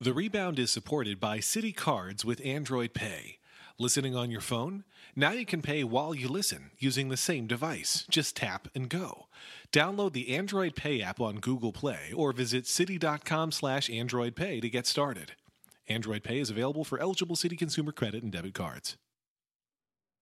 The Rebound is supported by City Cards with Android Pay. Listening on your phone? Now you can pay while you listen using the same device. Just tap and go. Download the Android Pay app on Google Play or visit city.com slash Android Pay to get started. Android Pay is available for eligible city consumer credit and debit cards.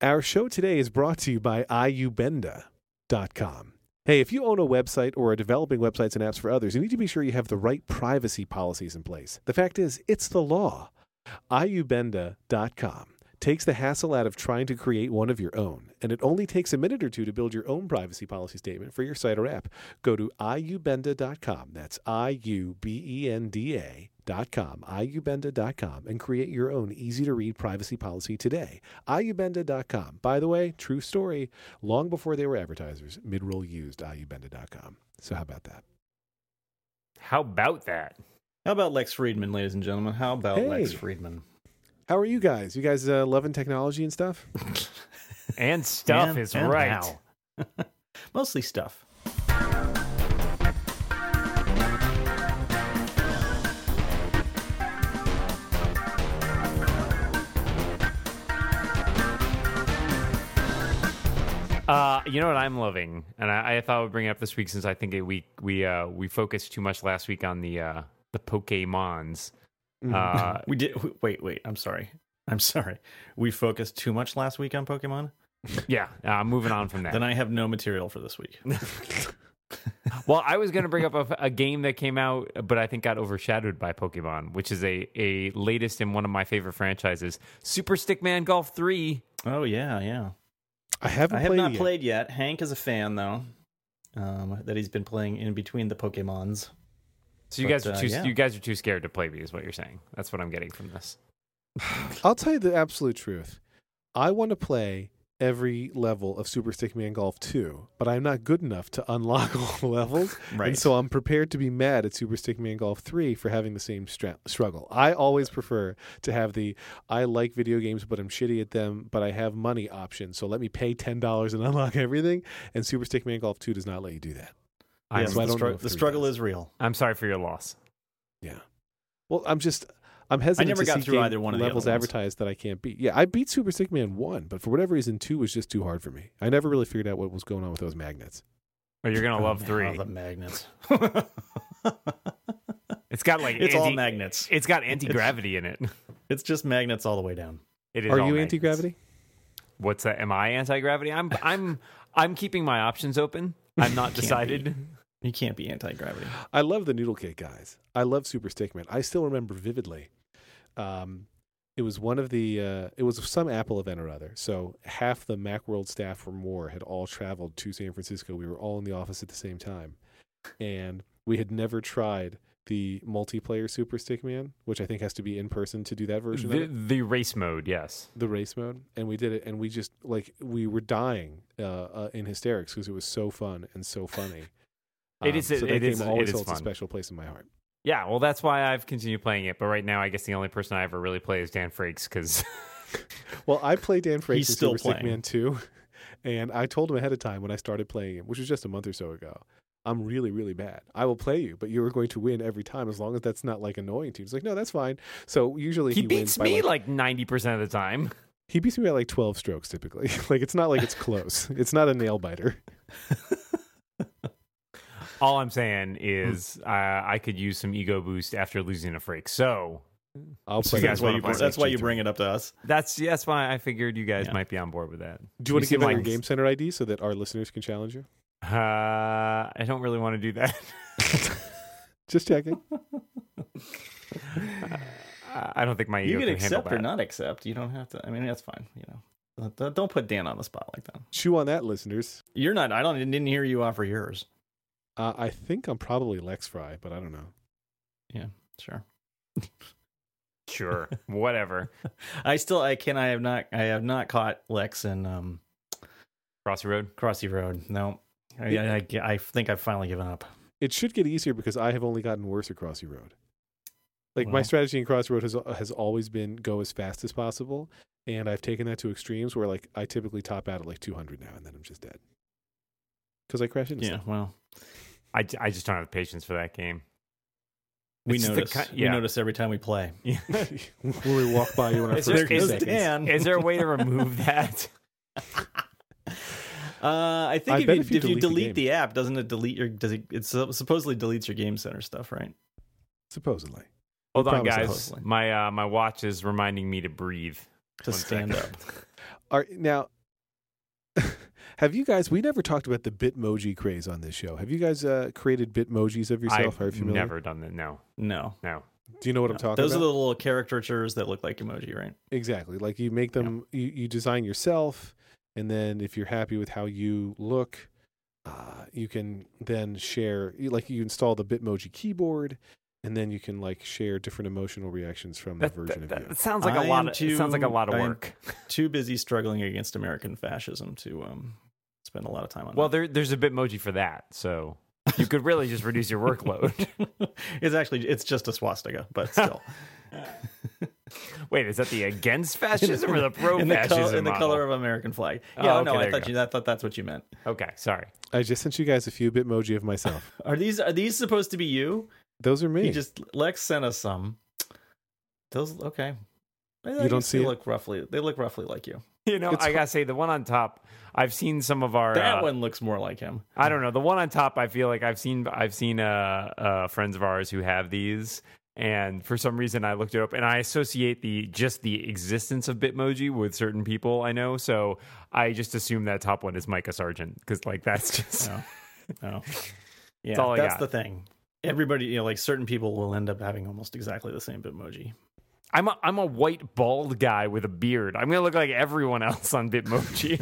Our show today is brought to you by iubenda.com. Hey, if you own a website or are developing websites and apps for others, you need to be sure you have the right privacy policies in place. The fact is, it's the law. E iubenda.com takes the hassle out of trying to create one of your own, and it only takes a minute or two to build your own privacy policy statement for your site or app. Go to E iubenda.com. That's i u b e n d a dot com, iubenda.com, and create your own easy to read privacy policy today. E iubenda.com. By the way, true story, long before they were advertisers, midroll used iubenda.com. So how about that? How about that? How about Lex Friedman, ladies and gentlemen? How about Lex Hey. Friedman? How are you guys? You guys uh, loving technology and stuff? And stuff And- is and right. how. Mostly stuff. Uh, you know what I'm loving, and I, I thought I would bring it up this week since I think a week we uh, we focused too much last week on the uh, the Pokemons. Mm-hmm. Uh, We did. w- Wait, wait. I'm sorry. I'm sorry. We focused too much last week on Pokemon. yeah, uh, moving on from that. Then I have no material for this week. well, I was going to bring up a, a game that came out, but I think got overshadowed by Pokemon, which is a a latest in one of my favorite franchises, Super Stickman Golf Three. Oh yeah, yeah. I haven't I have played not it yet. played yet. Hank is a fan though. Um, that he's been playing in between the Pokemons. So you But, guys are uh, too yeah. you guys are too scared to play me, is what you're saying. That's what I'm getting from this. I'll tell you the absolute truth. I want to play every level of Super Stickman Golf 2, but I'm not good enough to unlock all the levels. Right. And so I'm prepared to be mad at Super Stickman Golf 3 for having the same stra- struggle. I always prefer to have the I like video games, but I'm shitty at them, but I have money option. So let me pay $10 and unlock everything. And Super Stickman Golf 2 does not let you do that. I'm, so I don't the, know strugg- if the three struggle does. is real. I'm sorry for your loss. Well, I'm just. I'm hesitant never to got see through game either one of the levels other ones. advertised that I can't beat. Yeah, I beat Super Stickman one, but for whatever reason, two was just too hard for me. I never really figured out what was going on with those magnets. Or you're gonna love Oh, three. the magnets. It's got like it's all anti- magnets. It's got anti gravity in it. It's just magnets all the way down. It is Are all you magnets. anti gravity? What's that? Am I anti gravity? I'm I'm I'm keeping my options open. I'm not decided. You can't be anti gravity. I love the Noodle Cake guys. I love Super Stickman. I still remember vividly. Um, it was one of the. Uh, it was some Apple event or other. So half the MacWorld staff or more had all traveled to San Francisco. We were all in the office at the same time, and we had never tried the multiplayer Super Stickman, which I think has to be in person to do that version. of The, it. the race mode, yes. the race mode and we did it and we just like we were dying uh, uh in hysterics because it was so fun and so funny Um, It is- so that it game is- it always is holds a fun. special place in my heart Yeah, well, that's why I've continued playing it. But right now, I guess the only person I ever really play is Dan Frakes because well i played dan frakes in He's still super Stick playing. man 2 and i told him ahead of time when i started playing it which was just a month or so ago i'm really really bad i will play you but you're going to win every time as long as that's not like annoying to you he's like no that's fine so usually he, he beats wins by, me like, like ninety percent of the time. he beats me by like 12 strokes typically like it's not like it's close it's not a nail biter All I'm saying is Hmm. uh, I could use some ego boost after losing a Frakes. So i'll So play you guys that's why wanna you, play that's why you Stickman. bring it up to us. that's that's why I figured you guys Yeah. might be on board with that. Do you want to seem give out your like- Game Center ID so that our listeners can challenge you? Uh, I don't really want to do that. Just checking. I- I don't think my ego You can handle accept that. or not accept. You don't have to. I mean, that's fine. You know, Don't- don't put Dan on the spot like that. Chew on that, listeners. You're not. I don't. Didn't hear you offer yours. Uh, I think I'm probably Lex Fry, but I don't know. Sure. Sure, whatever. I still. I can. I have not. I have not caught Lex and um Crossy Road. Crossy Road. No. I, Yeah. I, I, I think I've finally given up. It should get easier because I have only gotten worse at Crossy Road. Like my Well. strategy in Crossy Road has has always been go as fast as possible, and I've taken that to extremes where like I typically top out at like 200 now, and then I'm just dead because I crash into Yeah. stuff. Well. I, j- I just don't have the patience for that game. We It's the notice. ki- We yeah. notice every time we play. when we walk by you in our Is first there- few is- seconds. Dan. Is there a way to remove that? Uh, I think I if, bet you, if you delete the game- delete the, app, doesn't it delete your? Does it? It sup- supposedly deletes your game center stuff, right? Supposedly. Hold on, promise guys. hopefully. My uh, my watch is reminding me to breathe. To One stand second. up. Are, now, have you guys? We never talked about the Bitmoji craze on this show. Have you guys uh, created Bitmojis of yourself? Are you I've familiar? never done that. No, No. no. Do you know what I'm no. talking Those about? are the little caricatures that look like emoji, right? Exactly. Like you make them, you, you design yourself, and then if you're happy with how you look, uh, you can then share, you- like you install the Bitmoji keyboard, and then you can like share different emotional reactions from the That, version that, of that you. sounds like I a lot. am Of, it sounds like a too- lot of I am- work. Too busy struggling against American fascism to um, spend a lot of time on. Well, there, there's a Bitmoji for that, so you could really just reduce your workload. that. it's actually it's just a swastika, but still. Wait, is that the against fascism or the pro in the, col- fascism? in the color of American flag. Oh, Yeah, okay, no, there I you thought go. you, I thought that's what you meant. Okay, sorry. I just sent you guys a few Bitmoji of myself. Are these are these supposed to be you? Those are me. You just Lex sent us some. Those okay. I don't guess see they it? look roughly. They look roughly like you. You know, It's I gotta say the one on top. I've seen some of our. That uh, one looks more like him. I don't know. The one on top, I feel like I've seen. I've seen uh, uh, friends of ours who have these, and for some reason, I looked it up, and I associate the just the existence of Bitmoji with certain people I know. So I just assume that top one is Micah Sargent because, like, that's just. No. No. Yeah, all I that's got. the thing. Everybody, you know, like certain people will end up having almost exactly the same Bitmoji. I'm a, I'm a white bald guy with a beard. I'm gonna look like everyone else on Bitmoji.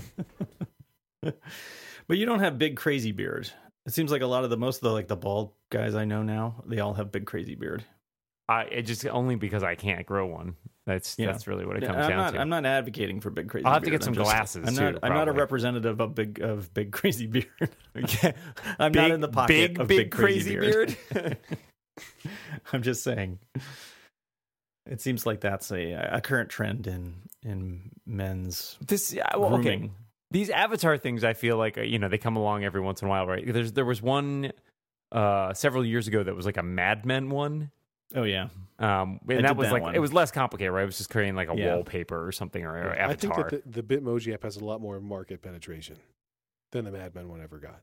But you don't have big crazy beard. It seems like a lot of the most of the like the bald guys I know now, they all have big crazy beard. I it just only because I can't grow one. That's Yeah. that's really what it Yeah, comes I'm down not, to. I'm not advocating for big crazy. I'll have to beard. get some I'm just- glasses, I'm not. too, I'm not a probably. representative of big of big crazy beard. I'm not Big- in the pocket big, of big big, crazy, crazy beard. I'm just saying. It seems like that's a a current trend in in men's this yeah, well, grooming. Oh, okay. These avatar things, I feel like uh, you know they come along every once in a while, right? There's there was one uh several years ago that was like a Mad Men one. Oh yeah, Um, I and that did was that like one. it was less complicated, right? It was just creating like a Yeah. wallpaper or something or, or I think avatar. that the, the Bitmoji app has a lot more market penetration than the Mad Men one ever got.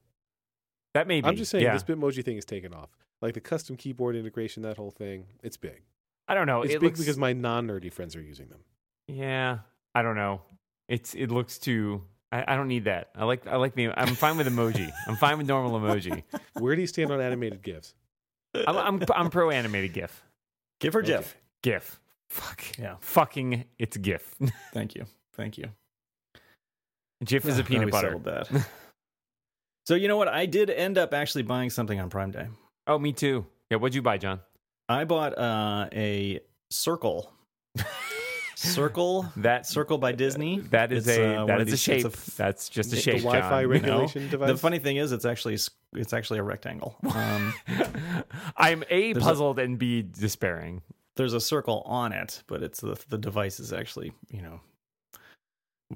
that may be. I'm just saying yeah. this Bitmoji thing is taken off. Like the custom keyboard integration, that whole thing, it's big. I don't know. It's Oh, it big looks, because my non-nerdy friends are using them. Yeah, I don't know. It's it looks too. I, I don't need that. I like I like the. I'm fine with emoji. I'm fine with normal emoji. Where do you stand on animated GIFs? I'm I'm, I'm pro animated GIF. give her Okay. Jeff. GIF. Fuck. Yeah. Fucking it's GIF. Thank you, thank you. GIF is Ah, a glad peanut we butter. settled That. so you know what? I did end up actually buying something on Prime Day. Oh, me too. Yeah. What'd you buy, John? I bought uh, a circle. circle. That Circle by Disney. That is It's, a uh, one that is of a these- it's shape. a f- That's just a The- the shape. Wi-Fi John. No. regulation device. The funny thing is, it's actually it's actually a rectangle. Um, I'm a There's a- puzzled and b despairing. there's a circle on it, but it's the the device is actually you know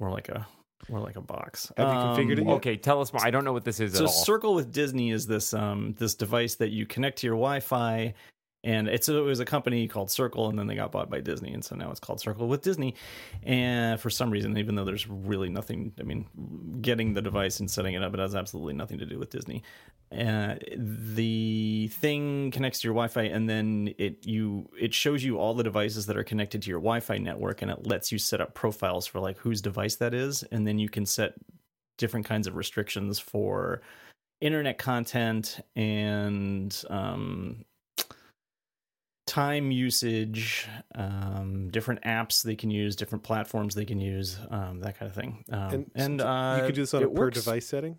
more like a more like a box. Have you configured it yet? Okay, tell us more. I don't know what this is So at all. Circle with Disney is this um this device that you connect to your Wi-Fi, and it's it was a company called Circle, and then they got bought by Disney, and so now it's called Circle with Disney. And for some reason, even though there's really nothing, I mean, getting the device and setting it up, it has absolutely nothing to do with Disney. Uh, the thing connects to your Wi-Fi, and then it you it shows you all the devices that are connected to your Wi-Fi network, and it lets you set up profiles for like whose device that is, and then you can set different kinds of restrictions for internet content and um, time usage, um, different apps they can use, different platforms they can use, um, that kind of thing. Um, And and so uh, you can do this on a it per works. device setting.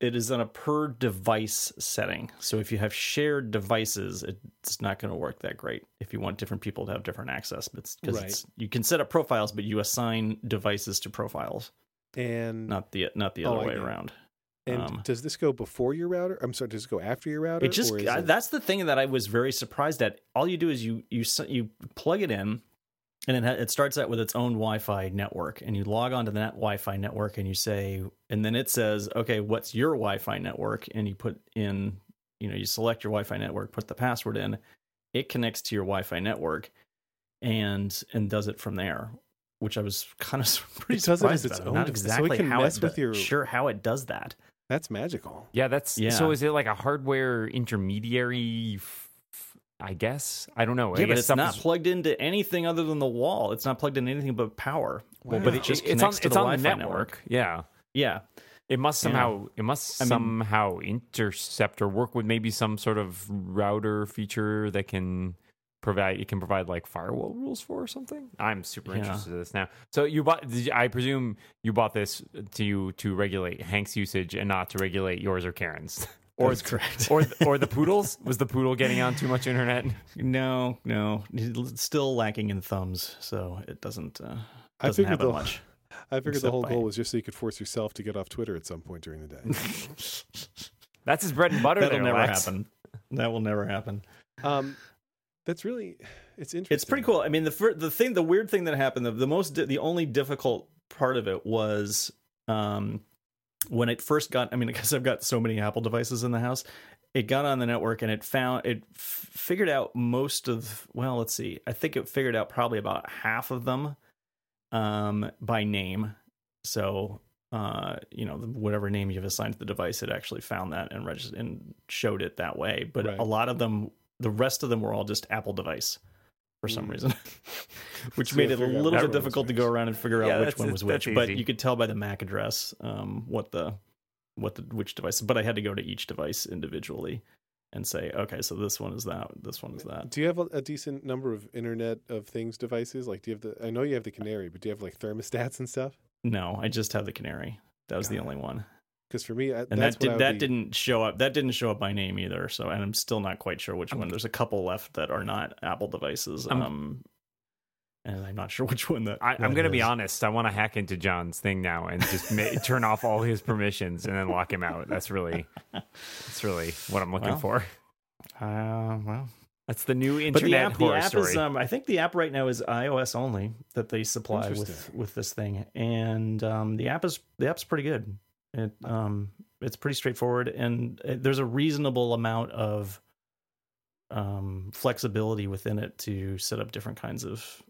It is on a per device setting. So if you have shared devices, it's not going to work that great. If you want different people to have different access, but because Right. you can set up profiles, but you assign devices to profiles, And not the not the Oh, other I way get it. around. and um, does this go before your router? I'm sorry, does it go after your router? It just or is I, it- that's the thing that I was very surprised at. All you do is you you s- you plug it in, and it ha- it starts out with its own Wi-Fi network, and you log onto the net Wi-Fi network, and you say, and then it says, okay, what's your Wi-Fi network? And you put in, you know, you select your Wi-Fi network, put the password in, it connects to your Wi-Fi network and and does it from there. Which I was kind of pretty It does it surprised as its about. own I'm not device, so it exactly can how mess it with do- your- sure how it does that. That's magical. Yeah, that's Yeah. so. Is it like a hardware intermediary? f- f- I guess I don't know. I yeah, guess but it's stuff not is- plugged into anything other than the wall. It's not plugged into anything but power. Well, But Wow. it just it's on, connects to it's the on Wi-Fi the network. Yeah, Yeah, it must Yeah. somehow it must I mean- somehow intercept or work with maybe some sort of router feature that can provide it can provide like firewall rules for or something. I'm super Yeah. interested in this now. So you bought? Did you, I presume you bought this to to regulate Hank's usage and not to regulate yours or Karen's. Or That's correct. or or the poodles? Was the poodle getting on too much internet? no, no, It's still lacking in thumbs, so it doesn't. Uh, I doesn't figured happen the much. I figured the Except whole by- goal was just so you could force yourself to get off Twitter at some point during the day. That's his bread and butter. That'll there, never Lex. happen. That will never happen. um, that's really it's interesting. It's pretty cool. I mean, the fir- the thing, the weird thing that happened, the, the most, di- the only difficult part of it was um, when it first got. I mean, because I've got so many Apple devices in the house, it got on the network and it found it f- figured out most of. Well, let's see. I think it figured out probably about half of them um, by name. So uh, you know, whatever name you've assigned to the device, it actually found that and registered and showed it that way. But Right. a lot of them, the rest of them were all just Apple device for some Hmm. Mm. reason, which So made you it a figured out which little bit one was difficult to which. go around and figure Yeah, out which that's- one was that's which. But easy. you could tell by the MAC address um, what the what the which device. But I had to go to each device individually and say, okay, so this one is that, this one is that. Do you have a, a decent number of Internet of Things devices? Like, do you have the? I know you have the Canary, but do you have like thermostats and stuff? No, I just have the canary. That was the Got it. only one. Because for me, I, and that's what that I did, would that be- didn't show up. That didn't show up by name either. So, and I'm still not quite sure which I'm- one. There's a couple left that are not Apple devices. I'm- um, and I'm not sure which one that. I, I'm that going to be is. honest. I want to hack into John's thing now and just ma- turn off all his permissions and then lock him out. That's really, that's really what I'm looking Well. for. Uh, well, That's the new but the internet app, the horror app story. is. Um, I think the app right now is iOS only that they supply with Interesting. with this thing, and um, the app is the app's pretty good. It um, it's pretty straightforward, and uh there's a reasonable amount of um flexibility within it to set up different kinds of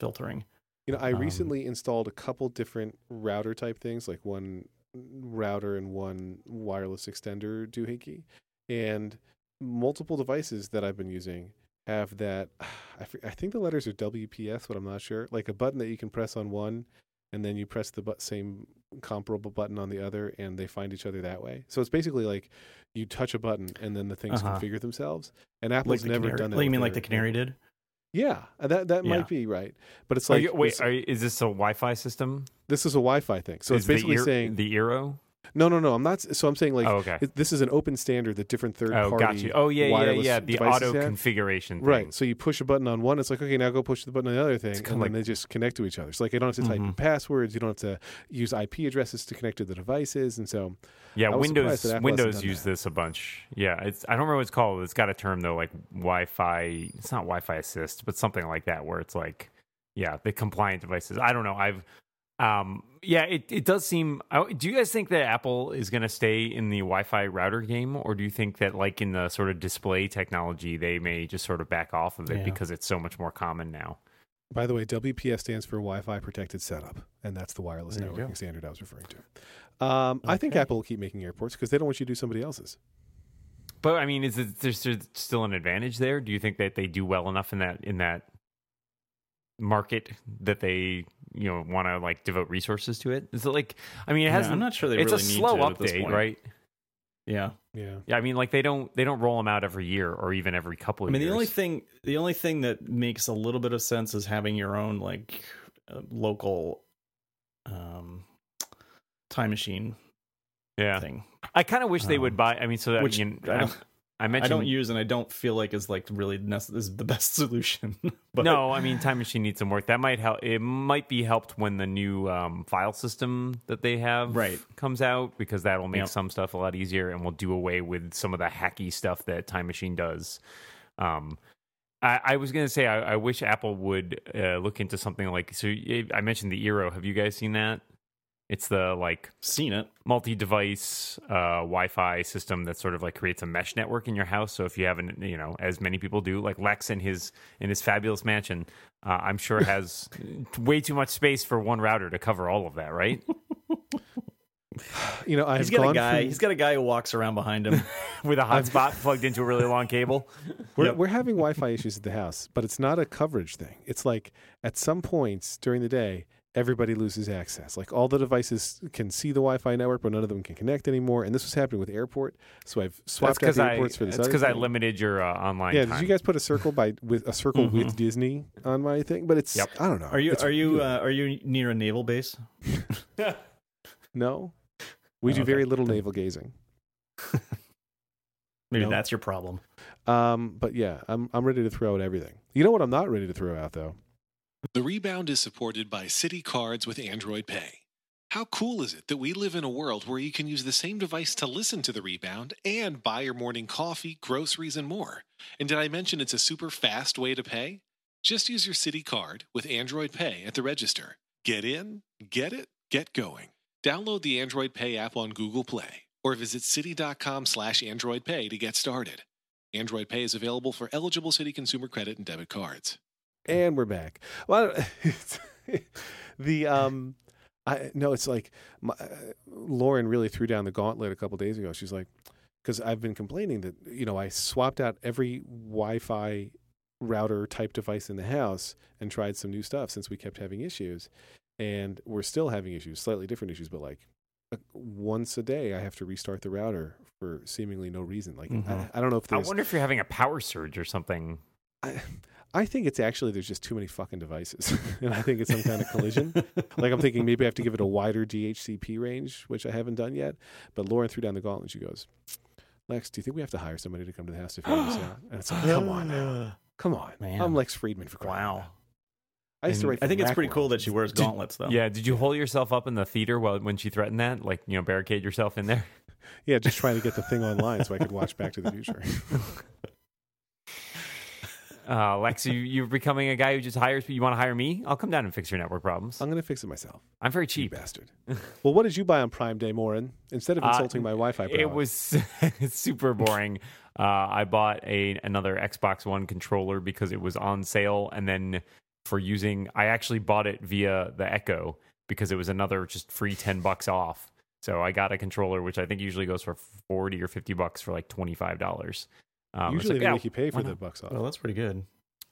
filtering. You know, I Um, recently installed a couple different router type things, like one router and one wireless extender doohickey, and multiple devices that I've been using have that. I, fr- I think the letters are WPS, but I'm not sure. Like a button that you can press on one, and then you press the but- same comparable button on the other, and they find each other that way. So it's basically like you touch a button, and then the things Uh-huh. configure themselves. And Apple's the never canary. done that. Like, You with mean like their- the canary did? Yeah, that that Yeah. Oh, might be right, but it's Are like you- wait, this- are you- is this a Wi-Fi system? this is a Wi-Fi thing. So Is it's basically the ear- saying the Eero. no, no, no. I'm not. So I'm saying like oh, okay. it- this is an open standard that different third Oh, party. got you. Oh, yeah, yeah, wireless yeah. The devices auto have. configuration. Thing. Right. So you push a button on one, it's like okay, now go push the button on the other thing, It's and kinda Mm-hmm. then they just connect to each other. So like, you don't have to type in Mhm. passwords, you don't have to use IP addresses to connect to the devices, and so Yeah, I was surprised Windows that Apple hasn't Windows done used that. this a bunch. Yeah, it's I don't remember what it's called. It's got a term though, like Wi-Fi. It's not Wi-Fi assist, but something like that, where it's like, yeah, the compliant devices. I don't know. I've, um, yeah, it it does seem. I- Do you guys think that Apple is going to stay in the Wi-Fi router game, or do you think that like in the sort of display technology, they may just sort of back off of it Yeah. because it's so much more common now? By the way, WPS stands for Wi-Fi Protected Setup, and that's the wireless There you go. networking standard I was referring to. Um, I think Okay. Apple will keep making airports because they don't want you to do somebody else's. But I mean, is it, there's, there's still an advantage there? Do you think that they do well enough in that in that market that they you know want to like devote resources to it? Is it like I mean, it Yeah, has I'm not sure they it's really a need slow to at this update, point. right? Yeah. Yeah. Yeah, I mean, like they don't they don't roll them out every year or even every couple I of mean, the years. only thing the only thing that makes a little bit of sense is having your own like uh, local um time machine yeah, thing, I kind of wish they would Um, buy. I mean, so that which you I I, don't, I I mentioned don't use and I don't feel like is like really nece- is the best solution. but no, I mean Time Machine needs some work. That might help. It might be helped when the new um, file system that they have Right. comes out because that'll make Yep. some stuff a lot easier and will do away with some of the hacky stuff that Time Machine does. Um, I, I was gonna say I, I wish Apple would uh, look into something like so. you- I mentioned the Eero. Have you guys seen that? It's the like Seen it. multi-device uh, Wi-Fi system that sort of like creates a mesh network in your house. So if you haven't, you know, as many people do, like Lex in his in his fabulous mansion, uh, I'm sure has way too much space for one router to cover all of that, right? You know, I've He's got gone a guy. from- He's got a guy who walks around behind him. With a hotspot plugged into a really long cable. We're, Yep. we're having Wi-Fi issues at the house, but it's not a coverage thing. It's like at some points during the day, everybody loses access. Like all the devices can see the Wi-Fi network, but none of them can connect anymore. And this was happening with airport, so I've That's swapped out because the I. airports for this. That's other because I thing. limited your uh, online. Yeah, time. Mm-hmm. did you guys put a circle by with a circle with Disney on my thing? But it's Yep. I don't know. Are you It's are you weird. uh, are you near a naval base? no? We Oh, do okay. very little Mm-hmm. navel gazing. Maybe No. that's your problem. Um, but yeah, I'm I'm ready to throw out everything. You know what I'm not ready to throw out though? The Rebound is supported by City Cards with Android Pay. How cool is it that we live in a world where you can use the same device to listen to The Rebound and buy your morning coffee, groceries, and more? And did I mention it's a super fast way to pay? Just use your City Card with Android Pay at the register. Get in, get it, get going. Download the Android Pay app on Google Play or visit city.com slash Android Pay to get started. Android Pay is available for eligible city consumer credit and debit cards. and we're back. Well, I don't- the um, I no, it's like my, uh, Lauren really threw down the gauntlet a couple days ago. She's like, because I've been complaining that you know I swapped out every Wi-Fi router type device in the house and tried some new stuff since we kept having issues, and we're still having issues, slightly different issues, but like. uh, Once a day, I have to restart the router for seemingly no reason. Like I, Mhm. I don't know if I there's wonder if you're having a power surge or something. I, I think it's actually there's just too many fucking devices, and I think it's some kind of collision. like I'm thinking maybe I have to give it a wider DHCP range, which I haven't done yet. But Lauren threw down the gauntlet. She goes, "Lex, do you think we have to hire somebody to come to the house to figure this out?" And it's like, "Come on, now. come on, Man. I'm Lex Friedman for crying. out Wow. loud. I used to And write. I think for it's pretty Macworld. cool that she wears gauntlets though. Yeah. Did you hole yourself up in the theater while when she threatened that? Like you know, barricade yourself in there. Yeah, just trying to get the thing online so I could watch Back to the Future. Uh, Lex, you, you're becoming a guy who just hires. You want to hire me? I'll come down and fix your network problems. I'm gonna fix it myself, I'm very you cheap. bastard. Well, what did you buy on Prime Day, Morin? Instead of Uh, insulting my Wi-Fi, It prowess. was super boring. Uh, I bought a another Xbox One controller because it was on sale, and then for using, I actually bought it via the Echo because it was another just free ten bucks off. So I got a controller, which I think usually goes for forty or fifty bucks for like twenty five dollars. Um, it's usually like, they yeah, make you pay why for the not? bucks off. Well, that's pretty good.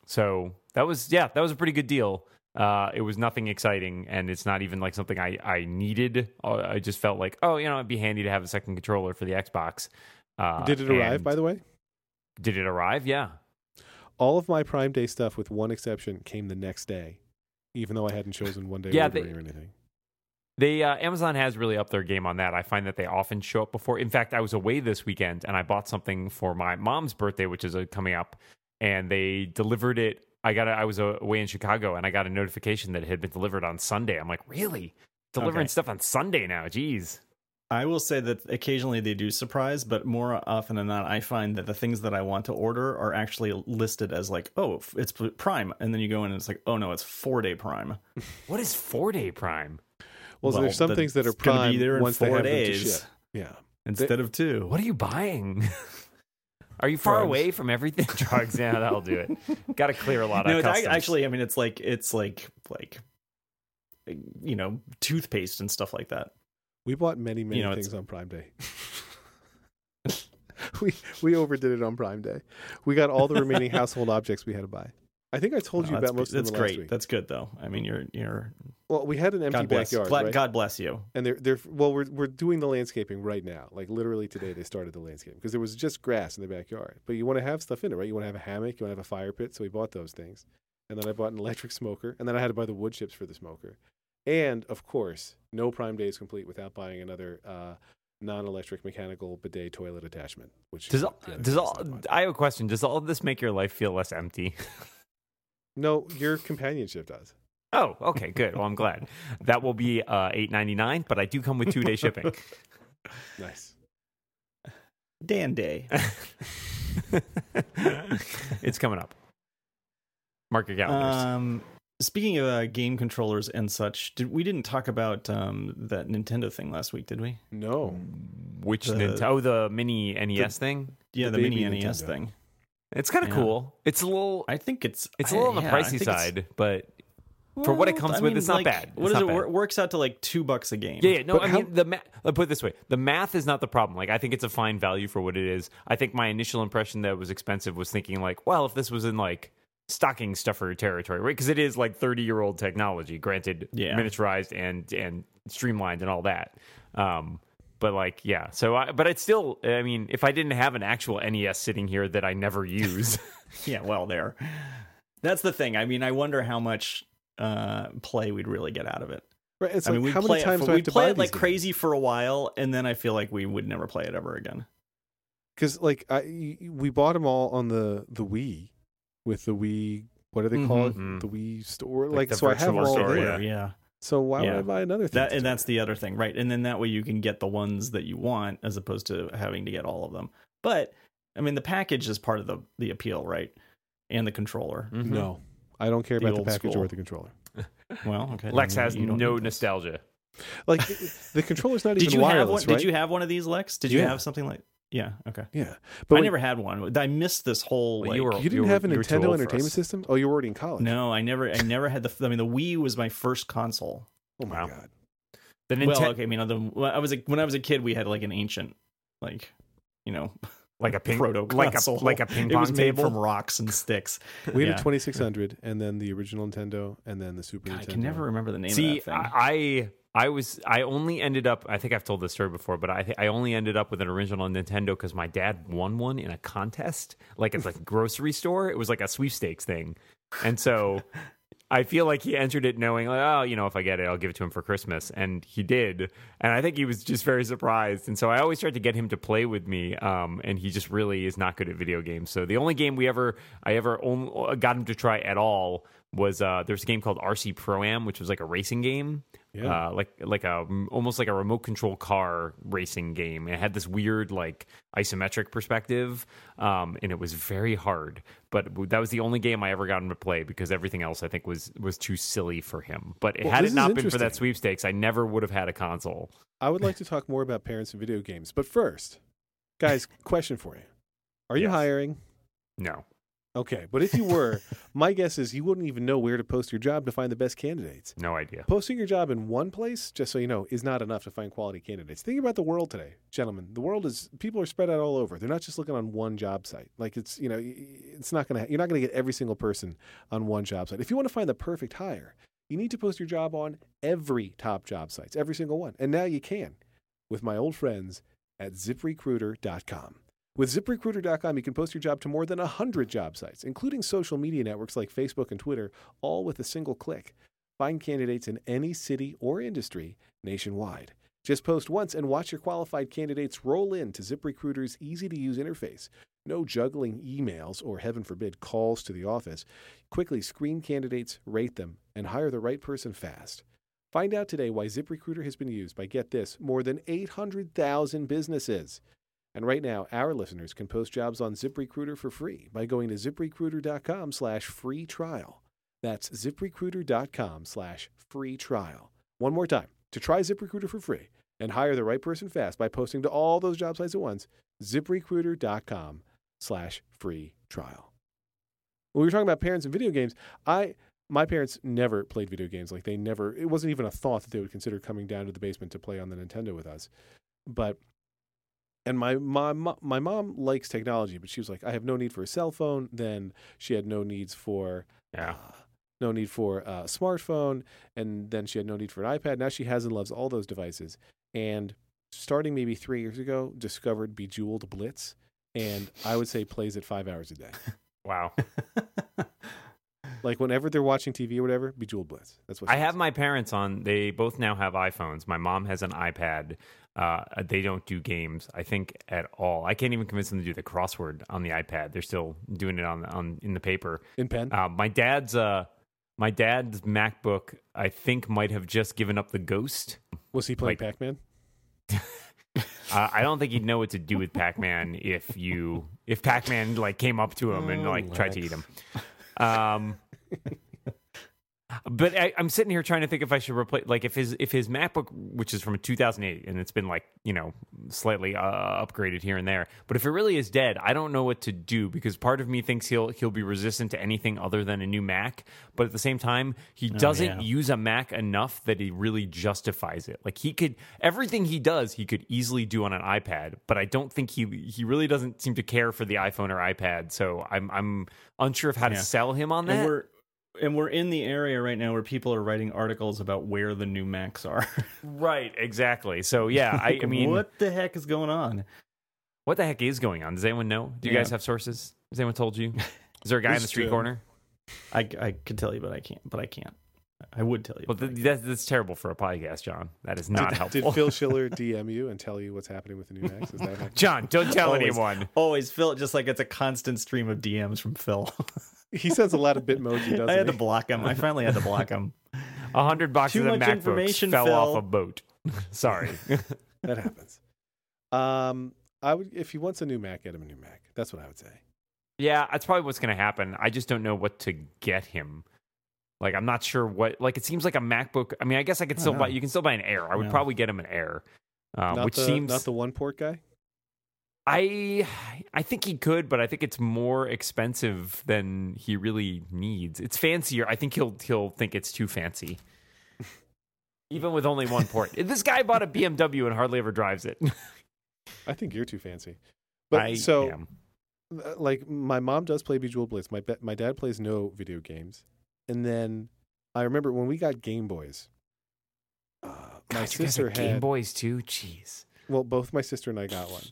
So that was yeah, that was a pretty good deal. Uh, it was nothing exciting, and it's not even like something I I needed. Uh, I just felt like oh, you know, it'd be handy to have a second controller for the Xbox. Uh, Did it arrive? and- By the way. Did it arrive? Yeah. all of my Prime Day stuff, with one exception, came the next day, even though I hadn't chosen one day Yeah, delivery they- or anything. They uh, Amazon has really upped their game on that. I find that they often show up before. In fact, I was away this weekend and I bought something for my mom's birthday, which is uh, coming up, and they delivered it. I got a, I was uh, away in Chicago and I got a notification that it had been delivered on Sunday. I'm like, really? Delivering Okay. stuff on Sunday now? Jeez. I will say that occasionally they do surprise, but more often than not, I find that the things that I want to order are actually listed as like, oh, f- it's p- Prime, and then you go in and it's like, oh no, it's four day Prime. What is four day prime? Well, Well, there's some then things that are it's gonna be prime there in once they four have them to days. ship. Yeah, Instead of two, What are you buying? Are you far Drugs. away from everything? Drugs, yeah, that'll do it. Got to clear a lot no, of it's ac- customs. actually, I mean, it's like it's like like you know, toothpaste and stuff like that. we bought many many know, it's- things on Prime Day. we we overdid it on Prime Day. We got all the remaining household objects we had to buy. I think I told No, you that's, about most of them that's last great. week. That's good though. I mean, you're you're Well, we had an empty God bless. backyard, Gla- right? God bless you. and they're they're well, we're we're doing the landscaping right now. Like literally today, they started the landscaping because there was just grass in the backyard. But you want to have stuff in it, right? You want to have a hammock, you want to have a fire pit. So we bought those things, and then I bought an electric smoker, and then I had to buy the wood chips for the smoker, and of course, no Prime Day is complete without buying another uh, non-electric mechanical bidet toilet attachment. Which does all, the other does thing I all stopped buying. I have a question. Does all of this make your life feel less empty? no your companionship does. Oh, okay, good. Well, I'm glad. That will be uh, eight ninety nine, but I do come with two day shipping. Nice. Dan Day. it's coming up. Mark your calendars. Um, Speaking of uh, game controllers and such, did, we didn't talk about um, that Nintendo thing last week, did we? No. Mm. Which Oh, The- Nintendo? Oh, the mini NES thing. Yeah, The the, baby mini NES Nintendo. thing. It's kind of Yeah. cool. It's a little. I think it's It's I- a little on the yeah, I pricey think it's- side, but for what it Well, comes I with, mean, it's not like, bad. What It's is not it? bad. Wor- Works out to like two bucks a game. Yeah, yeah, no, But I how- mean the ma- I'll put it this way: the math is not the problem. Like, I think it's a fine value for what it is. I think my initial impression that it was expensive was thinking like, well, if this was in like stocking stuffer territory, right? Because it is like thirty-year-old technology, granted, Yeah. miniaturized and and streamlined and all that. Um, but like, yeah. So, I, but it's still. I mean, if I didn't have an actual NES sitting here that I never use, yeah. Well, there. That's the thing. I mean, I wonder how much uh, play we'd really get out of it. Right. It's I like mean, we how play many it times for- do I we'd have to play buy it like crazy for a while, and then I feel like we would never play it ever again. Because like I, y- y- we bought them all on the the Wii, with the Wii. What do they call it? Mm-hmm. Mhm. The Wii store. Like Like, the so, I have them virtual all store, there. yeah. So why would I Yeah. buy another thing? That to and do that's it? the other thing, right? And then that way you can get the ones that you want as opposed to having to get all of them. But I mean, the package is part of the the appeal, right? And the controller. no. I don't care mm-hmm. The about the old package or school. the controller. Well, okay. Mm. Lex then has you don't no need this. nostalgia. Like it- the controller's not Did even you wireless, have one? right? Did you have one of these, Lex? Did Yeah. you have something like? Yeah. Okay. yeah, but I like, never had one. I missed this whole. Well, like, you were- You didn't were- have a you were too old Nintendo for Entertainment us. System? Oh, you were already in college. No, I never. I never had the. I mean, the Wii was my first console. Oh my Wow. god. The Nintendo, Well, okay. I mean, other, well, I was a, when I was a kid, we had like an ancient, like, you know, like a ping, proto like a console. like a ping It was pong made table from rocks and sticks. We had Yeah. a 2600 and then the original Nintendo and then the Super God, Nintendo. I can never remember the name See, of that thing. I, I I was I only ended up. I think I've told this story before, but I I only ended up with an original Nintendo because my dad won one in a contest, like at the grocery store. It was like a sweepstakes thing, and so I feel like he entered it knowing, like, oh, you know, if I get it, I'll give it to him for Christmas, and he did. And I think he was just very surprised. And so I always tried to get him to play with me, um, and he just really is not good at video games. So the only game we ever I ever on- uh, got him to try at all was uh, there's a game called RC Pro Am, which was like a racing game, Yeah. uh, like like a almost like a remote control car racing game. It had this weird like isometric perspective, um, and it was very hard. But w- that was the only game I ever got him to play because everything else I think was was too silly for him. But Well, had this it is not been for that interesting. sweepstakes, I never would have had a console. I would like to talk more about parents and video games, but first, guys, question for you: Are you Yes. hiring? No, Okay, but if you were, my guess is you wouldn't even know where to post your job to find the best candidates. no idea. Posting your job in one place, just so you know, is not enough to find quality candidates. Think about the world today, gentlemen. The world is people are spread out all over. They're not just looking on one job site. Like it's you know, it's not gonna you're not gonna get every single person on one job site. If you want to find the perfect hire, you need to post your job on every top job sites, every single one. And now you can with my old friends at ziprecruiter.com. With ziprecruiter.com, you can post your job to more than 100 job sites, including social media networks like Facebook and Twitter, all with a single click. Find candidates in any city or industry nationwide. Just post once and watch your qualified candidates roll in to ZipRecruiter's easy to use interface. No juggling emails or, heaven forbid, calls to the office. Quickly screen candidates, rate them, and hire the right person fast. Find out today why ZipRecruiter has been used by, get this, more than 800,000 businesses. And right now, our listeners can post jobs on ZipRecruiter for free by going to ziprecruiter.com slash free trial. That's ziprecruiter.com slash free trial. One more time to try ZipRecruiter for free and hire the right person fast by posting to all those job sites at once. ZipRecruiter.com slash free trial. When we were talking about parents and video games, I my parents never played video games. Like they never it wasn't even a thought that they would consider coming down to the basement to play on the Nintendo with us. But and my mom my mom likes technology, but she was like, I have no need for a cell phone. Then she had no needs for Yeah, uh, no need for a smartphone. And then she had no need for an iPad. Now she has and loves all those devices. And starting maybe three years ago, discovered Bejeweled Blitz. And I would say plays it five hours a day. wow. Like whenever they're watching TV or whatever, Bejeweled Blitz. That's what I she have does. my parents on. They both now have iPhones. My mom has an iPad. Uh, they don't do games, I think, at all. I can't even convince them to do the crossword on the iPad. They're still doing it on on in the paper. in pen. Uh, my dad's uh, my dad's MacBook, I think, might have just given up the Ghost. Was he playing like- Pac Man? Uh, I don't think he'd know what to do with Pac-Man if you if Pac-Man like came up to him and Oh, like tried to eat Lex. him. Um, But I, I'm sitting here trying to think if I should replace, like, if his if his MacBook, which is from 2008, and it's been like you know slightly uh, upgraded here and there, but if it really is dead, I don't know what to do because part of me thinks he'll he'll be resistant to anything other than a new Mac, but at the same time, he doesn't yeah. use a Mac enough that he really justifies it. Like he could everything he does, he could easily do on an iPad, but I don't think he he really doesn't seem to care for the iPhone or iPad. So I'm I'm unsure of how to Yeah. sell him on and that. we're and we're in the area right now where people are writing articles about where the new Macs are. Right, exactly. So yeah, I, I mean, what? what the heck is going on? the heck is going on? Does anyone know? Do you Yeah. guys have sources? Has anyone told you? Is there a guy in This the is street true. corner? I I could tell you, but I can't. But I can't. I would tell you. Well, th- that's, that's terrible for a podcast, John. That is not helpful. Did Phil Schiller DM you and tell you what's happening with the new Max? Is that how- John, don't tell Always. anyone. Always Oh, Phil, just like it's a constant stream of DMs from Phil. he sends a lot of Bitmoji, doesn't I had to he? block him. I finally had to block him. A hundred boxes Too of much MacBooks information, fell Phil. off a boat. Sorry. that happens. Um, I would if he wants a new Mac, get him a new Mac. That's what I would say. Yeah, that's probably what's going to happen. I just don't know what to get him. Like, I'm not sure what. Like, it seems like a MacBook. I mean, I guess I could I still don't buy. know. You can still buy an Air. I would No. probably get him an Air, um, not which the, seems. not the one port guy. I I think he could, but I think it's more expensive than he really needs. It's fancier. I think he'll he'll think it's too fancy. Even with only one port, this guy bought a BMW and hardly ever drives it. I think you're too fancy. But I so am. uh, like my mom does play Bejeweled Blitz. My ba- my dad plays no video games. And then I remember when we got Game Boys. Uh, my God, you guys sister are had Game Boys too. Jeez, well, both my sister and I got one,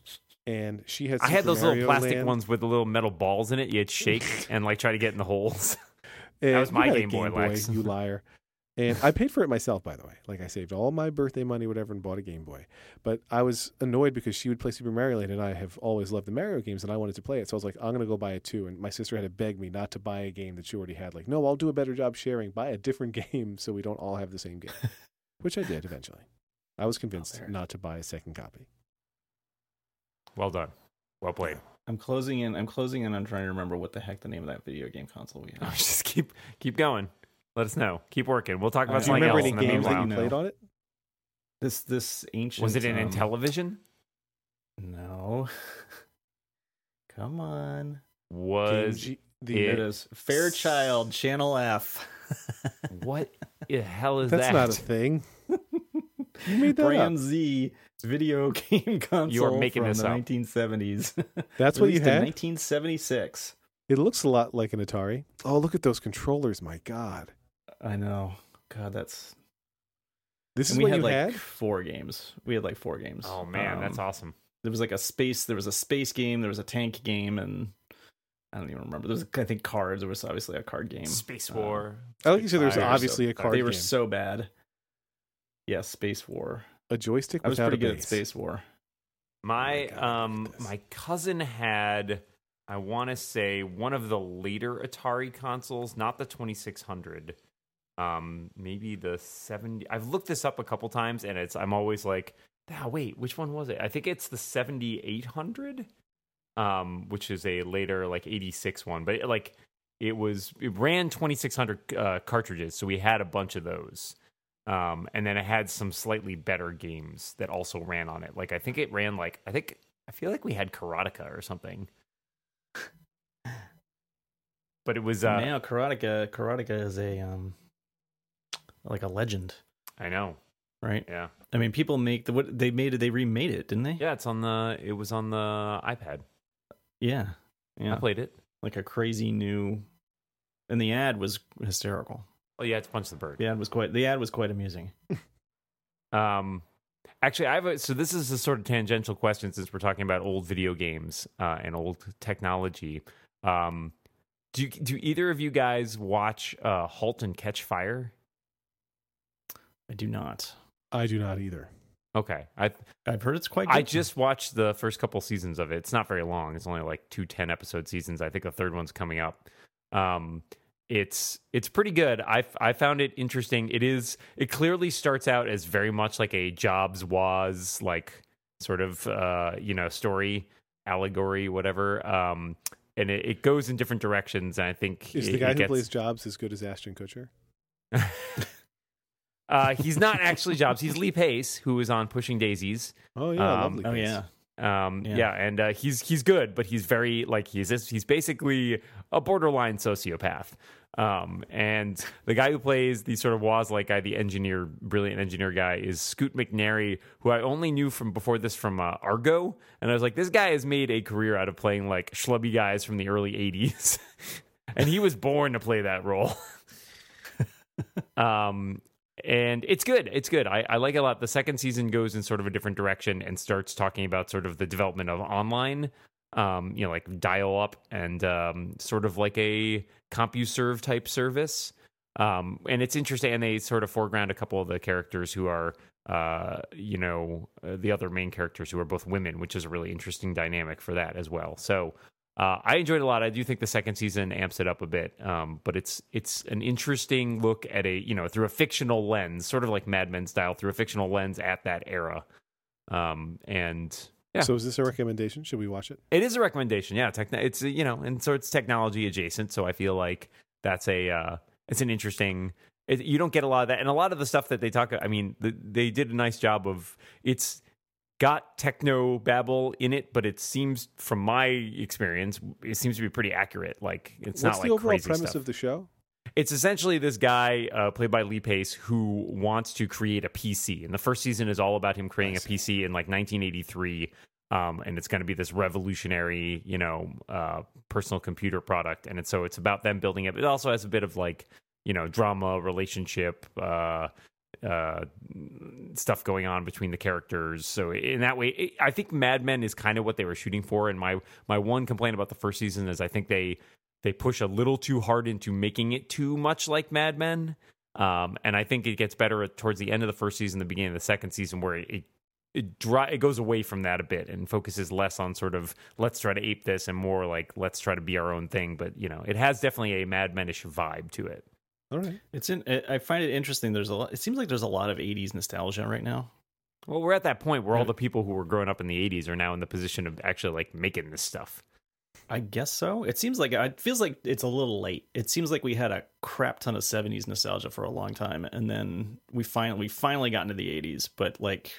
and she had. I had Super those Mario little plastic Land. ones with the little metal balls in it. You'd shake and like try to get in the holes. And was you my had a Game Boy, Lex. You liar. And I paid for it myself, by the way. Like I saved all my birthday money, whatever, and bought a Game Boy. But I was annoyed because she would play Super Mario Land, and I have always loved the Mario games, and I wanted to play it. So I was like, I'm gonna go buy it too. And my sister had to beg me not to buy a game that she already had. Like, no, I'll do a better job sharing. Buy a different game so we don't all have the same game. Which I did eventually. I was convinced there. not to buy a second copy. Well done, well played. I'm closing in. I'm closing in. I'm trying to remember what the heck the name of that video game console we had. Just keep keep going. Let us know. Keep working. We'll talk Uh, about Do do you something remember else any in the games that meanwhile. you played on it? This this ancient Was it an um, Intellivision? No. Come on. Was Game G- it- the It is Fairchild Channel F. What the hell is That's that? not a thing. You made that Ram up. Z video game console making from this the up. 1970s. That's what you Released in had. 1976. It looks a lot like an Atari. Oh, look at those controllers! My God, I know. God, that's this and is we what had you like had. four games. We had like four games. oh man, that's Um, awesome. There was like a space. There was a space game. There was a tank game, and I don't even remember. There was I think cards. There was obviously a card game. Space Uh, War. I like you said. There's they were so- obviously a card they were game. so bad. Yeah, Space War. a joystick I was without pretty a good at base. Space War. My Oh my God, um look at this. my cousin had I want to say one of the later Atari consoles, not the 2600. Um maybe the 70 I've looked this up a couple times and it's I'm always like, "Ah, wait, which one was it?" I think it's the 7800 um which is a later like 86 one, but it, like it was it ran 2600 uh, cartridges, so we had a bunch of those. um, and then it had some slightly better games that also ran on it. Like I think it ran like I think I feel like we had Karateka or something. But it was uh, now Karateka, Karateka is a um, like a legend, I know, right? yeah, I mean, people make the what they made it. They remade it, didn't they? yeah. It's on the it was on the iPad. Yeah. I Yeah. played it. Like a crazy new, and the ad was hysterical. Oh yeah, it's Punch the Bird. The ad was quite. The ad was quite amusing. Um, actually, I have a, so this is a sort of tangential question since we're talking about old video games uh, and old technology. Um, do you, do either of you guys watch uh, *Halt and Catch Fire*? I do not. I do not either. Okay, I I've heard it's quite. good. I just watched the first couple seasons of it. It's not very long. It's only like two 10 episode seasons. I think the third one's coming up. Um, it's it's pretty good. I I found it interesting. It is it clearly starts out as very much like a Jobs was like sort of uh, you know story allegory whatever. Um, and it, it goes in different directions. And I think Is it, the guy it who gets- plays Jobs as good as Ashton Kutcher? Uh, he's not actually Jobs. He's Lee Pace, who was on Pushing Daisies. Oh yeah, Um, lovely. Oh place. yeah. Um, yeah. Yeah. and uh, he's he's good, but he's very like he's this, he's basically a borderline sociopath. Um, and the guy who plays the sort of Wozlight guy, the engineer, brilliant engineer guy, is Scoot McNairy, who I only knew from before this from uh, Argo, and I was like, this guy has made a career out of playing like schlubby guys from the early '80s, and he was born to play that role. um, and it's good. It's good. I, I like it a lot. The second season goes in sort of a different direction and starts talking about sort of the development of online, um, you know, like dial up and um, sort of like a CompuServe type service. Um, and it's interesting. And they sort of foreground a couple of the characters who are, uh, you know, uh, the other main characters who are both women, which is a really interesting dynamic for that as well. So uh, I enjoyed it a lot. I do think the second season amps it up a bit, um, but it's it's an interesting look at a you know through a fictional lens, sort of like Mad Men style, through a fictional lens at that era. Um, and yeah, So is this a recommendation? Should we watch it? it is a recommendation. Yeah, techn- it's you know, and so it's technology adjacent. So I feel like that's a uh, it's an interesting. It, you don't get a lot of that, and a lot of the stuff that they talk. I mean, the, they did a nice job of it's got techno babble in it, but it seems, from my experience, it seems to be pretty accurate. Like What's it's not the like overall crazy premise stuff of the show? it's essentially this guy uh, played by Lee Pace who wants to create a PC, and the first season is all about him creating a PC in like 1983, um, and it's going to be this revolutionary, you know, uh, personal computer product, and it's, so it's about them building it. It also has a bit of like, you know, drama, relationship, uh, uh, stuff going on between the characters. So in that way, it, I think Mad Men is kind of what they were shooting for. And my my one complaint about the first season is I think they they push a little too hard into making it too much like Mad Men. Um, and I think it gets better at, towards the end of the first season, the beginning of the second season, where it it, it, dry, it goes away from that a bit and focuses less on sort of let's try to ape this and more like let's try to be our own thing. But you know, it has definitely a Mad Menish vibe to it. All right. It's in. I I find it interesting. There's a lot. It seems like there's a lot of '80s nostalgia right now. Well, we're at that point where all the people who were growing up in the 80s are now in the position of actually like making this stuff. I guess so. It seems like it feels like it's a little late. It seems like we had a crap ton of '70s nostalgia for a long time, and then we finally we finally got into the '80s, but like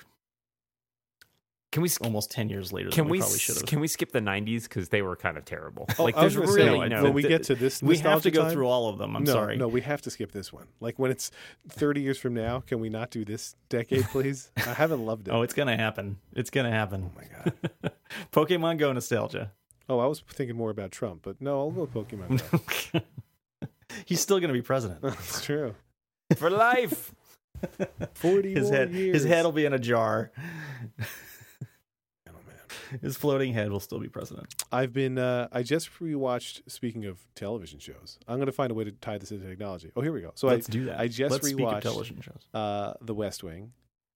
Can we sk- almost ten years later. can than we, we, probably s- should have? can we skip the 90s cuz they were kind of terrible. like Oh, I was there's gonna say, really I no when think we that- get to this, We have nostalgia to go time- through all of them. I'm no, sorry. No, we have to skip this one. Like when it's 30 years from now, can we not do this decade, please? I haven't loved it. Oh, it's gonna happen. It's gonna happen. Oh my god. Pokemon Go nostalgia. Oh, I was thinking more about Trump, but no, I'll go Pokemon. Go. He's still gonna be president. That's true. for life. 40 His more head, years. his head will be in a jar. Oh, man. His floating head will still be president. I've been, uh, I just rewatched, speaking of television shows, I'm going to find a way to tie this into technology. Oh, here we go. So I, Let's do that. I just Let's speak rewatched- of television shows. uh, The West Wing.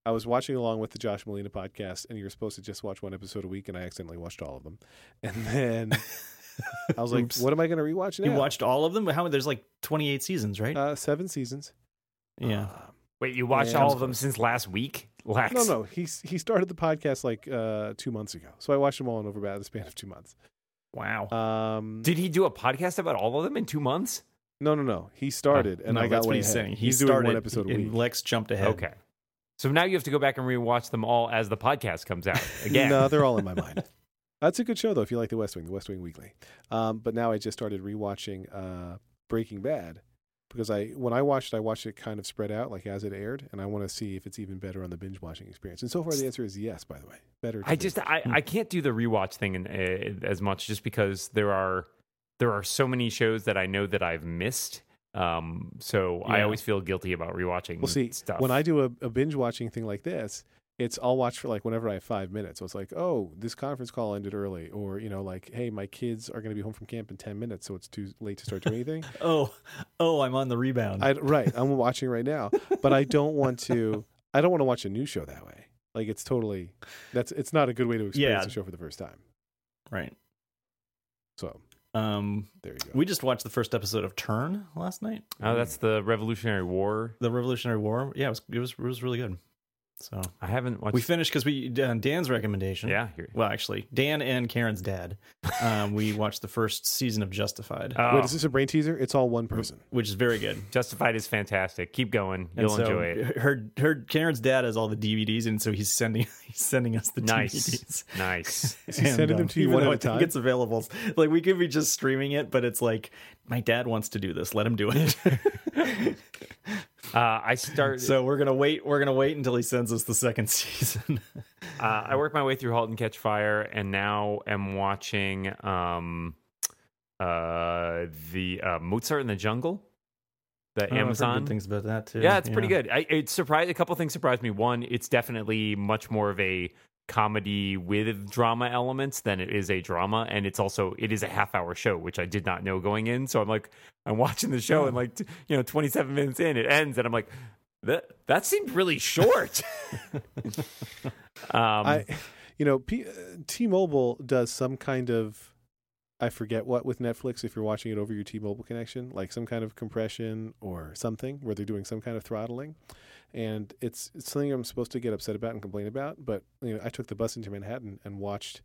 I was watching along with the Josh Molina podcast, and you were supposed to just watch one episode a week, and I accidentally watched all of them. And then I was like, Oops. what am I going to rewatch now? You watched all of them? How there's like 28 seasons, right? uh, seven seasons. yeah. Uh, Wait, you watched Yeah. all of them since last week? Lax. No, no. He he started the podcast like uh, two months ago, so I watched them all in over about the span of two months. Wow. Um, Did he do a podcast about all of them in 2 months? no, no, no. He started, and Oh, No, I got that's way what he's ahead. saying. He He's started doing one episode a and week. Lex jumped ahead. Okay. So now you have to go back and rewatch them all as the podcast comes out again. No, they're all in my mind. That's a good show though. If you like The West Wing, The West Wing Weekly. Um, but now I just started rewatching uh, Breaking Bad because I when I watched it, I watched it kind of spread out, like as it aired, and I want to see if it's even better on the binge watching experience. And so far, the answer is yes. By the way, better. to I binge. just uh, I, Hmm. I can't do the rewatch thing in, uh, as much just because there are there are so many shows that I know that I've missed. Um, so I Yeah. always feel guilty about rewatching. Well, see, stuff when I do a, a binge watching thing like this, it's I'll watch for like whenever I have five minutes. So it's like, oh, this conference call ended early, or you know, like, hey, my kids are going to be home from camp in ten minutes, so it's too late to start doing anything. Oh, oh, I'm on the rebound. I, right, I'm watching right now, but I don't want to. I don't want to watch a new show that way. Like it's totally that's it's not a good way to experience Yeah. a show for the first time. right. So Um, there you go. we just watched the first episode of Turn last night. oh, that's the Revolutionary War. the Revolutionary War. Yeah, it was it was, it was really good. So I haven't watched. we finished because we on Dan's recommendation. yeah. Here. Well, actually, Dan and Karen's dad. Um, we watched the first season of Justified, Oh, Wait, is this a brain teaser? It's all one person. which is very good. Justified is fantastic. Keep going. And You'll so enjoy it. Her, her Karen's dad has all the DVDs, and so he's sending he's sending us the DVDs. Nice. nice. Is he sending them to you uh, even one at though I a think time? It's available. Like we could be just streaming it, but it's like my dad wants to do this. Let him do it. Uh, I started. so we're gonna wait. We're gonna wait until he sends us the second season. Uh, I worked my way through *Halt and Catch Fire*, and now am watching um, uh, the uh, *Mozart in the Jungle*, Oh, the Amazon. things about that too. Yeah, it's pretty good. I, it surprised a couple things surprised me. One, it's definitely much more of a comedy with drama elements than it is a drama, and it's also it is a half hour show, which I did not know going in. So I'm like, I'm watching the show, and like t- you know, 27 minutes in, it ends, and I'm like, that that seemed really short. um, I, you know, P- uh, T-Mobile does some kind of, I forget what with Netflix. If you're watching it over your T-Mobile connection, like some kind of compression or something, where they're doing some kind of throttling, and it's, it's something I'm supposed to get upset about and complain about. But you know, I took the bus into Manhattan and watched.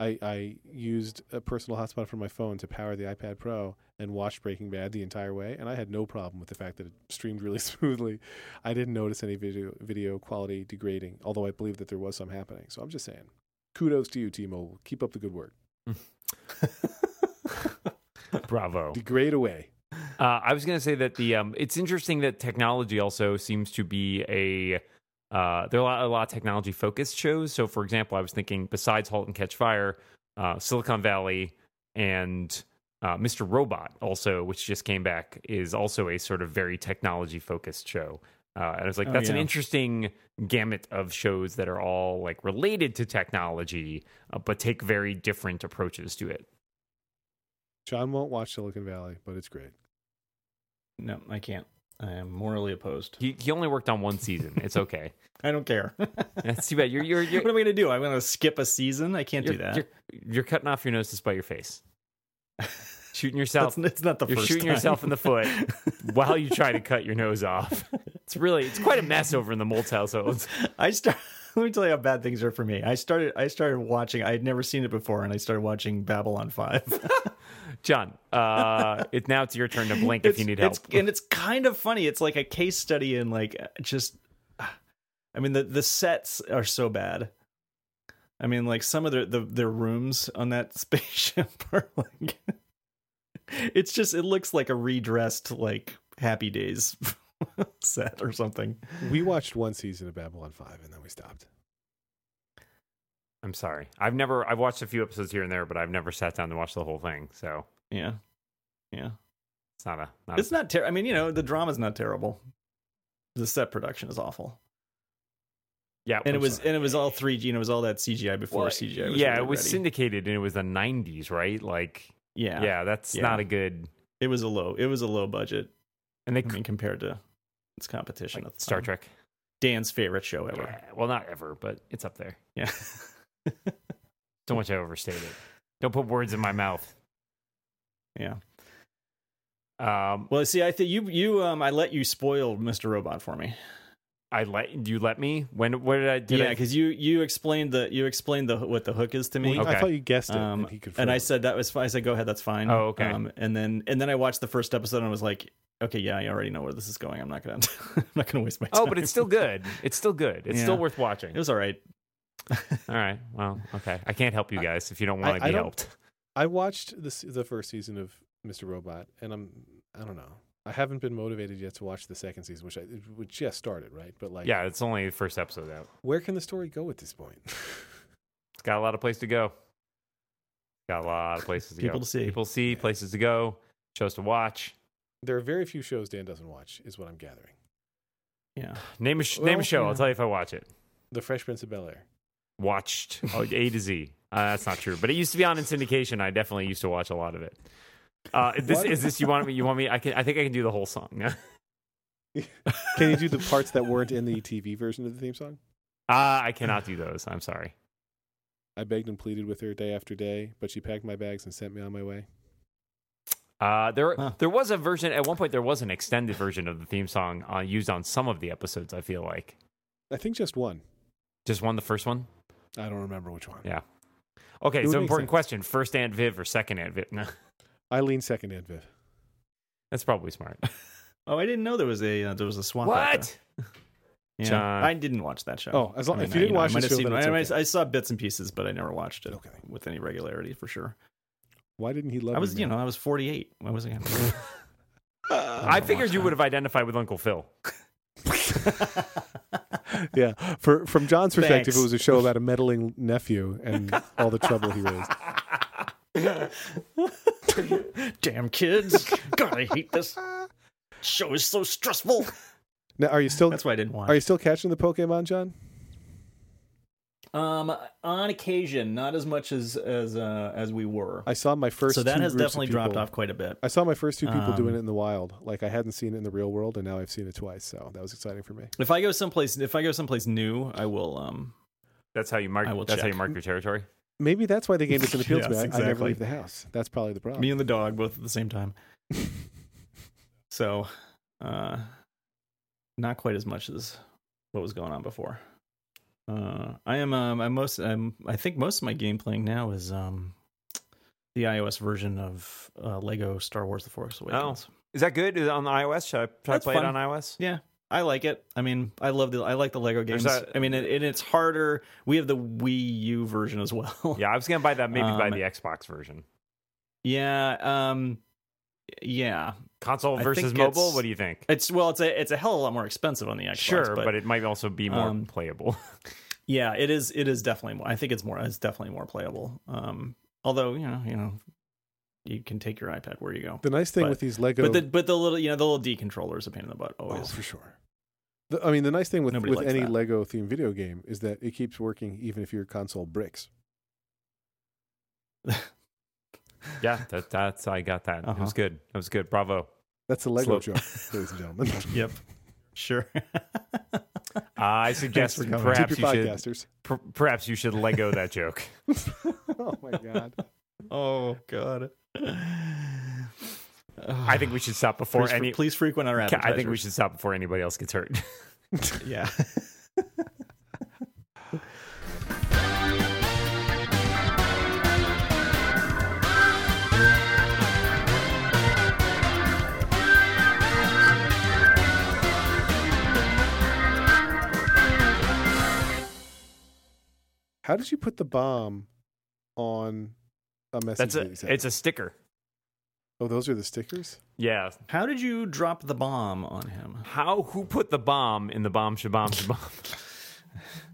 I, I used a personal hotspot from my phone to power the iPad Pro and watched Breaking Bad the entire way, and I had no problem with the fact that it streamed really smoothly. I didn't notice any video video quality degrading, although I believe that there was some happening. So I'm just saying, kudos to you, T-Mobile. Keep up the good work. bravo. Degrade away. Uh, I was going to say that the um, it's interesting that technology also seems to be a uh, there are a lot, a lot of technology focused shows. So, for example, I was thinking besides *Halt and Catch Fire*, uh, *Silicon Valley* and uh, *Mr. Robot*, also which just came back, is also a sort of very technology focused show. Uh, and I was like, Oh, that's an yeah. interesting gamut of shows that are all like related to technology, uh, but take very different approaches to it. John won't watch Silicon Valley, but it's great. No, I can't. I am morally opposed. He, he only worked on one season. It's okay. I don't care. That's too bad. You're you're you're, what am I gonna do? I'm gonna skip a season. I can't you're, do that. you're, you're cutting off your nose to spite your face. Shooting yourself That's, it's not the you're first shooting time. yourself in the foot while you try to cut your nose off. It's really it's quite a mess over in the Moltz household. I start. Let me tell you how bad things are for me. I started. I started watching. I had never seen it before, and I started watching Babylon Five. John, uh, it now it's your turn to blink if you need help. It's, and it's kind of funny. It's like a case study in like just. I mean the the sets are so bad. I mean, like some of their the, their rooms on that spaceship are like. It's just it looks like a redressed like Happy Days set or something. We watched one season of Babylon 5 and then we stopped. I'm sorry. I've never I've watched a few episodes here and there, but I've never sat down to watch the whole thing. So Yeah, yeah. it's not a not It's not terrible. I mean, you know, the drama's not terrible. The set production is awful. a, yeah. I'm and it was sorry. and it was all three G and it was all that CGI before CGI. Was yeah, really it was ready. syndicated and it was the 90s, right? Like yeah, yeah, that's Yeah. not a good. It was a low. It was a low budget. And they I mean, um, compared to its competition. at the Star time. Trek. Dan's favorite show ever. Yeah, well, not ever, but it's up there. Yeah. Don't want you to overstate it. Don't put words in my mouth. Yeah. Um, Well, see, I think you you um I let you spoil Mr. Robot for me. I let you let me. When what did I? Did yeah, I, because you you explained the you explained the what the hook is to me. Well, Okay. I thought you guessed it. Um, and, he confirmed and I it. said that was fine. I said go ahead, that's fine. Oh, okay. Um, and then and then I watched the first episode and I was like, okay, yeah, I already know where this is going. I'm not gonna I'm not gonna waste my time. oh, but it's still good. It's still good. It's still Yeah. worth watching. it was all right. All right. Well, okay. I can't help you guys if you don't I- want to I be don't- helped. I watched the s- the first season of Mr. Robot, and I'm I don't know. I haven't been motivated yet to watch the second season, which I which just started, right? But like, Yeah, it's only the first episode out. where can the story go at this point? It's got a lot of place to go. Got a lot of places to People go. to see. People see places to go. Shows to watch. there are very few shows Dan doesn't watch, is what I'm gathering. Yeah. Name a sh- Well, name a show. I'll yeah. tell you if I watch it. The Fresh Prince of Bel Air. watched oh, A to Z. Uh, that's not true, but it used to be on in syndication. I definitely used to watch a lot of it. Uh, is this What? is this you want me? You want me? I can. I think I can do the whole song. uh, Can you do the parts that weren't in the TV version of the theme song? I cannot do those. I'm sorry. I begged and pleaded with her day after day, but she packed my bags and sent me on my way. Uh, there Huh. there was a version at one point. There was an extended version of the theme song uh, used on some of the episodes. I feel like I think just one. Just one, the first one. I don't remember which one. Yeah. Okay, It would so make important sense. question: first Aunt Viv or second Aunt Viv? No, Eileen second and Viv. that's probably smart. Oh, I didn't know there was a uh, there was a swap. out What? there. Yeah. John. I didn't watch that show. Oh, as long- I if you didn't I- watch I the might have show, seen- then it's I, might- okay. I saw bits and pieces, but I never watched it Okay. with any regularity for sure. Why didn't he love? I was, me, you man? know, I was 48. I was like, I figured you would have identified with Uncle Phil. Yeah. For from John's perspective, Thanks. it was a show about a meddling nephew and all the trouble he raised. Damn kids! God, I hate this show. Is so stressful. Now, are you still That's why I didn't watch. are you still catching the Pokemon, John? Um, on occasion, not as much as as uh, as we were. I saw my first. So that two has groups of definitely dropped people- off quite a bit. I saw my first two people Um, doing it in the wild. Like I hadn't seen it in the real world, and now I've seen it twice. So that was exciting for me. If I go someplace, if I go someplace new, I will. Um, That's how you mark. I will That's how check. you mark your territory. Maybe that's why the game doesn't appeal to me. I, Yes, I never exactly. leave the house. That's probably the problem. me and the dog both at the same time. so, uh, not quite as much as what was going on before. Uh, I am. Um, I most. I'm, I think most of my game playing now is um, the iOS version of uh, Lego Star Wars: The Force Oh. Awakens. Is that good Is it on the iOS? Should I, should I That's play fun. it on iOS? Yeah, I like it. I mean, I love the I like the Lego There's games. that- I mean, it, and it's harder. We have the Wii U version as well. Yeah, I was gonna buy that. Maybe buy Um, the Xbox version. yeah, um, yeah. Console I versus think mobile. it's- What do you think? It's well, it's a it's a hell of a lot more expensive on the Xbox. sure, but, it might also be more um, playable. yeah, it is it is definitely more. I think it's more it's definitely more playable. Um, although you know you know you can take your iPad where you go. the nice thing but- with these Lego, But the but the little you know the little D controller is a pain in the butt oh, always. for sure. The- I mean, the nice thing with, Nobody with likes any that. Lego themed video game is that it keeps working even if your console bricks. yeah, that, that's I got that. It was Uh-huh. good. It was good. Bravo. Uh, That's a Lego Slope. joke, ladies and gentlemen. Yep, sure. I suggest for coming. perhaps Tip you your should podcasters. per, perhaps you should Lego that joke. oh my god! oh God. I think we should stop before please, fre- any. please frequent our Ca- advertisers. I think we should stop before anybody else gets hurt. Yeah. How did you put the bomb on a message? That's that a. you sent? It's a sticker. oh, those are the stickers. Yeah. How did you drop the bomb on him? How? Who put the bomb in the bomb? Shabam. Shabam.